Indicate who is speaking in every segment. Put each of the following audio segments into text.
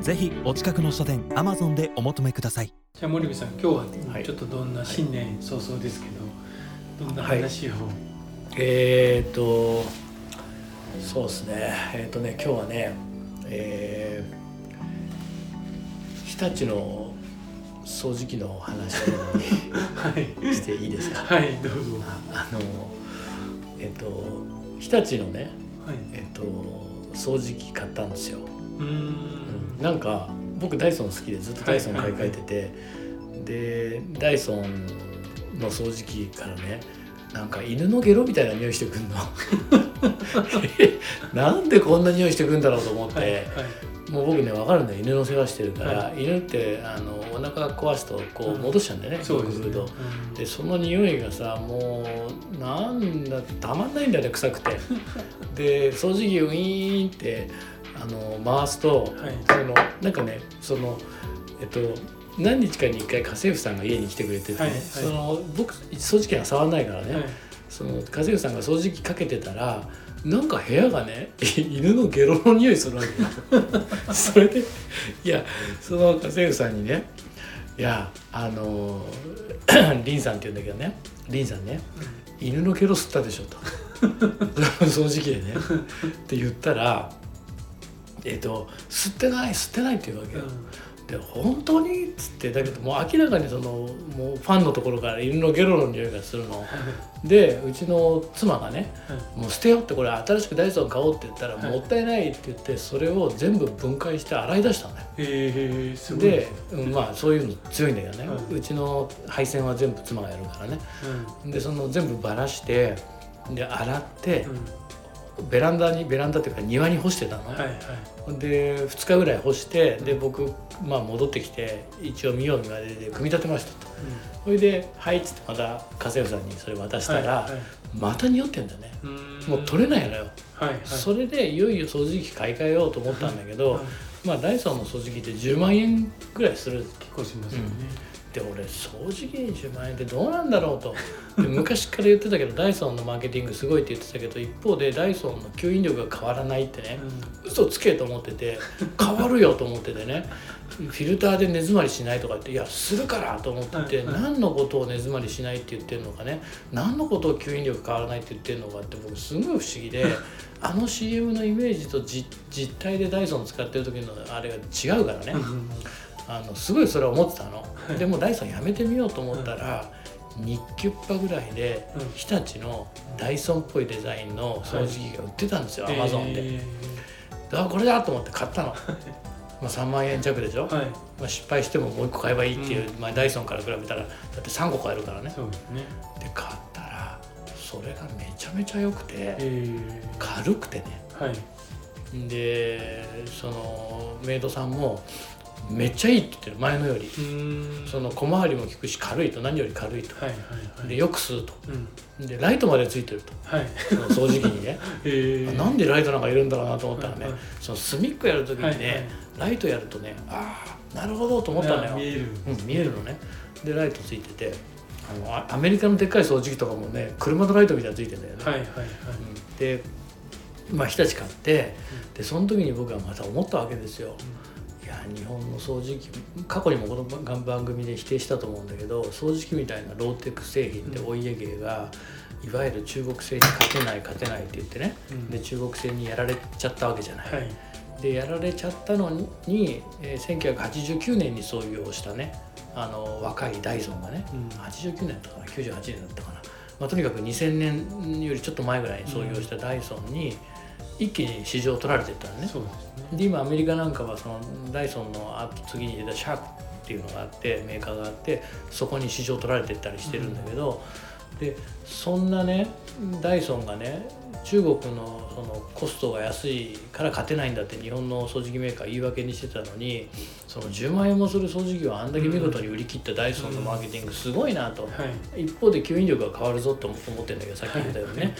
Speaker 1: ぜひお近くの書店 Amazon でお求めください
Speaker 2: じゃあ森部さん今日
Speaker 3: は
Speaker 2: はいちょっとどんな新年早々ですけど、どんな話を、
Speaker 3: えーっとそうですねえーっとね今日はねえー、日立の掃除機の話
Speaker 2: はい
Speaker 3: をしていいです か
Speaker 2: はいどうぞは
Speaker 3: あのえーっと日立のね
Speaker 2: い
Speaker 3: えーっと掃除機買ったんですよ、
Speaker 2: うーん
Speaker 3: なんか僕ダイソン好きでずっとダイソン買い替えてて、でダイソンの掃除機からねなんか犬のゲロみたいな匂いしてくん のなんでこんな匂いしてくんだろうと思って、
Speaker 2: はいはい
Speaker 3: もう僕ね分かるんだよ犬の世話してるから、
Speaker 2: は
Speaker 3: 犬ってあのお腹壊すとこ
Speaker 2: う
Speaker 3: うん戻しちゃうんだよね、
Speaker 2: そうですね
Speaker 3: よく
Speaker 2: うん
Speaker 3: 食うとでその匂いがさもうなんだたまんないんだよね臭 くてで掃除機をウィーンってあの回すと、
Speaker 2: はい
Speaker 3: あのなんかねそのえっと何日かに1回家政婦さんが家に来てくれててね、
Speaker 2: はいはい
Speaker 3: その僕掃除機は触らないからね、
Speaker 2: はい
Speaker 3: その家政婦さんが掃除機かけてたらなんか部屋がね 犬のゲロの匂いするわけよ それでいやその家政婦さんにねいやあの リンさんって言うんだけどねリンさんね犬のゲロ吸ったでしょと 掃除機でねって言ったらえっ、と吸ってない吸ってないって言うわけ
Speaker 2: う
Speaker 3: よ、
Speaker 2: ん
Speaker 3: で本当にっつってだけどもう明らかにそのもうファンのところから犬のゲロの匂いがするのでうちの妻がね「もう捨てよ」ってこれ新しくダイソン買おうって言ったら
Speaker 2: は
Speaker 3: 「
Speaker 2: い
Speaker 3: もったいない」って言ってそれを全部分解して洗い出したのよ
Speaker 2: えー、すごい
Speaker 3: で
Speaker 2: ですね、
Speaker 3: うんまあそういうの強いんだけどね、
Speaker 2: はいう
Speaker 3: ちの配線は全部妻がやるからね
Speaker 2: うん
Speaker 3: でその全部ばらしてで洗って
Speaker 2: うん
Speaker 3: ベランダにベランダっていうか庭に干してたの、
Speaker 2: はいはい
Speaker 3: で2日ぐらい干してで僕、まあ、戻ってきて一応見よう見まねで組み立てましたと
Speaker 2: うん
Speaker 3: それで「はい」っつってまた家政婦さんにそれ渡したら、
Speaker 2: はいはい
Speaker 3: また匂ってんだよね
Speaker 2: うーん
Speaker 3: もう取れないのよ、
Speaker 2: はいはい
Speaker 3: それでいよいよ掃除機買い替えようと思ったんだけど、
Speaker 2: はい
Speaker 3: まあダイソンの掃除機って10万円ぐらいする
Speaker 2: 結構しますよね、
Speaker 3: で俺掃除機に10万円ってどうなんだろうとで昔から言ってたけどダイソンのマーケティングすごいって言ってたけど一方でダイソンの吸引力が変わらないってね、嘘つけと思ってて変わるよと思っててねフィルターで根詰まりしないとか言っていやするからと思ってて、
Speaker 2: はいはい
Speaker 3: 何のことを根詰まりしないって言ってるのかね何のことを吸引力変わらないって言ってるのかって僕すごい不思議 であの CM のイメージと実実態でダイソン使ってる時のあれが違うからね
Speaker 2: うんうん
Speaker 3: あのすごいそれは思ってたの
Speaker 2: い
Speaker 3: でもダイソンやめてみようと思ったら日給パぐらいで
Speaker 2: うん
Speaker 3: 日立のダイソンっぽいデザインの掃除機が売ってたんですよ、 アマゾンで。
Speaker 2: え
Speaker 3: あこれだと思って買ったのまあ3万円弱でしょ、
Speaker 2: ーはい
Speaker 3: まあ、失敗してももう1個買えばいいっていう、まあ、ダイソンから比べたらだって3個買えるからね
Speaker 2: そうですね
Speaker 3: で買ったらそれがめちゃめちゃ良くて
Speaker 2: え
Speaker 3: 軽くてね
Speaker 2: ー、はい
Speaker 3: でそのメイドさんもめっちゃいいって言ってる前のより
Speaker 2: うーん
Speaker 3: その小回りも効くし軽いと何より軽いと
Speaker 2: はいはいはい
Speaker 3: でよく吸うと
Speaker 2: うん
Speaker 3: でライトまでついてると
Speaker 2: はい
Speaker 3: その掃除機にね
Speaker 2: えー、
Speaker 3: なんでライトなんかいるんだろうなと思ったらね、
Speaker 2: はいはい
Speaker 3: その隅っこやる時にね、
Speaker 2: はいはい
Speaker 3: ライトやるとねああなるほどと思ったのよ
Speaker 2: 見える
Speaker 3: うん、見えるのねでライトついててあのあアメリカのでっかい掃除機とかもね車のライトみたいなのついてんだよね、
Speaker 2: はいはいはい
Speaker 3: うんでまあ日立買ってでその時に僕はまた思ったわけですよ、いや日本の掃除機過去にもこの番番組で否定したと思うんだけど掃除機みたいなローテック製品でお家芸が、いわゆる中国製に勝てない勝てないって言ってね、
Speaker 2: うん
Speaker 3: で中国製にやられちゃったわけじゃない、
Speaker 2: はい
Speaker 3: でやられちゃったのに、えー1989年に創業したねあの若いダイソンがね、
Speaker 2: うん
Speaker 3: 89年だったかな98年だったかな、まあ、とにかく2000年よりちょっと前ぐらいに創業したダイソンに一気に市場を取られていったのね、
Speaker 2: そうですね
Speaker 3: で今アメリカなんかはそのダイソンの後次に出たシャークっていうのがあってメーカーがあってそこに市場取られてったりしてるんだけど、でそんなねダイソンがね中国のそのコストが安いから勝てないんだって日本の掃除機メーカー言い訳にしてたのにその10万円もする掃除機をあんだけ見事に売り切ったダイソンのマーケティングすごいなと、
Speaker 2: はい
Speaker 3: 一方で吸引力が変わるぞと思ってるんだけどさっき言ったよね、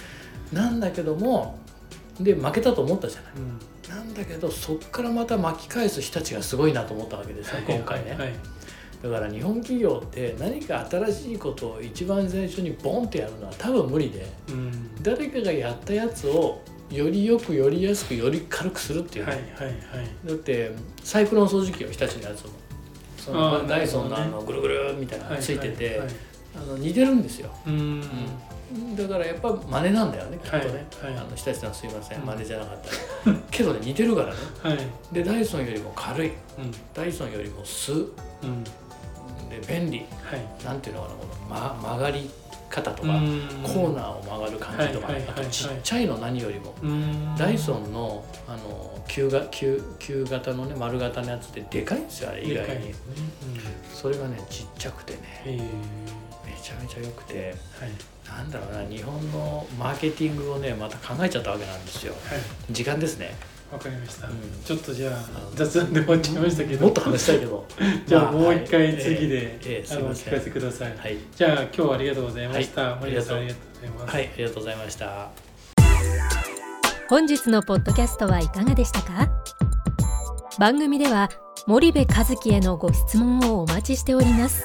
Speaker 3: なんだけどもで負けたと思ったじゃない
Speaker 2: うん
Speaker 3: なんだけどそっからまた巻き返す日立がすごいなと思ったわけですよ今回ね、
Speaker 2: はい
Speaker 3: だから日本企業って何か新しいことを一番最初にボンってやるのは多分無理で
Speaker 2: うん
Speaker 3: 誰かがやったやつをよりよくより安くより軽くするっていうね、
Speaker 2: はいはいはい
Speaker 3: だってサイクロン掃除機を日立のやつもそ
Speaker 2: あ
Speaker 3: の
Speaker 2: ー
Speaker 3: ダイソンの
Speaker 2: な
Speaker 3: あ
Speaker 2: るほ
Speaker 3: のぐるぐるみたいなの
Speaker 2: は
Speaker 3: がついてて、
Speaker 2: はいはい
Speaker 3: あの似てるんですよ
Speaker 2: うん
Speaker 3: だからやっぱ真似なんだよねきっとね、
Speaker 2: はいはい
Speaker 3: あの日立さんすいません
Speaker 2: うん
Speaker 3: 真似じゃなかった、けどね似てるからね
Speaker 2: はい
Speaker 3: でダイソンよりも軽い
Speaker 2: うん
Speaker 3: ダイソンよりも素
Speaker 2: うん
Speaker 3: で便利
Speaker 2: はい
Speaker 3: なんていうのかなこの、ま、曲がり方と
Speaker 2: コ
Speaker 3: か、コーナーを曲がる感じと
Speaker 2: は
Speaker 3: か、
Speaker 2: いはいはいはい
Speaker 3: あとちっちゃいの何よりも、
Speaker 2: うん
Speaker 3: ダイソンのあの球が球球型のね丸型のやつってでかいんですよあれ意
Speaker 2: でか
Speaker 3: 外
Speaker 2: い
Speaker 3: に
Speaker 2: ですね
Speaker 3: それがねちっちゃくてね
Speaker 2: うんへえ
Speaker 3: めちゃめちゃ良くて
Speaker 2: はい
Speaker 3: なんだろうな日本のマーケティングをねまた考えちゃったわけなんですよ
Speaker 2: はい
Speaker 3: 時間ですね
Speaker 2: わかりました、
Speaker 3: うん
Speaker 2: ちょっとじゃあ雑談で終わっちゃいましたけど
Speaker 3: もっと話したいけど
Speaker 2: じゃあもう一
Speaker 3: は
Speaker 2: 回
Speaker 3: い
Speaker 2: 次
Speaker 3: えーえ
Speaker 2: で
Speaker 3: ー
Speaker 2: あ
Speaker 3: すい
Speaker 2: のお
Speaker 3: ませ
Speaker 2: 聞かせ
Speaker 3: ん
Speaker 2: ください、
Speaker 3: はい、
Speaker 2: じゃあ今日はありがとうございました、
Speaker 3: はい
Speaker 2: 森田さんあ
Speaker 3: あ
Speaker 2: り
Speaker 3: り
Speaker 2: が
Speaker 3: が
Speaker 2: とうございます、
Speaker 3: はい、ありがとうございました
Speaker 4: 本日のポッドキャストはいかがでしたか番組では森部和樹へのご質問をお待ちしております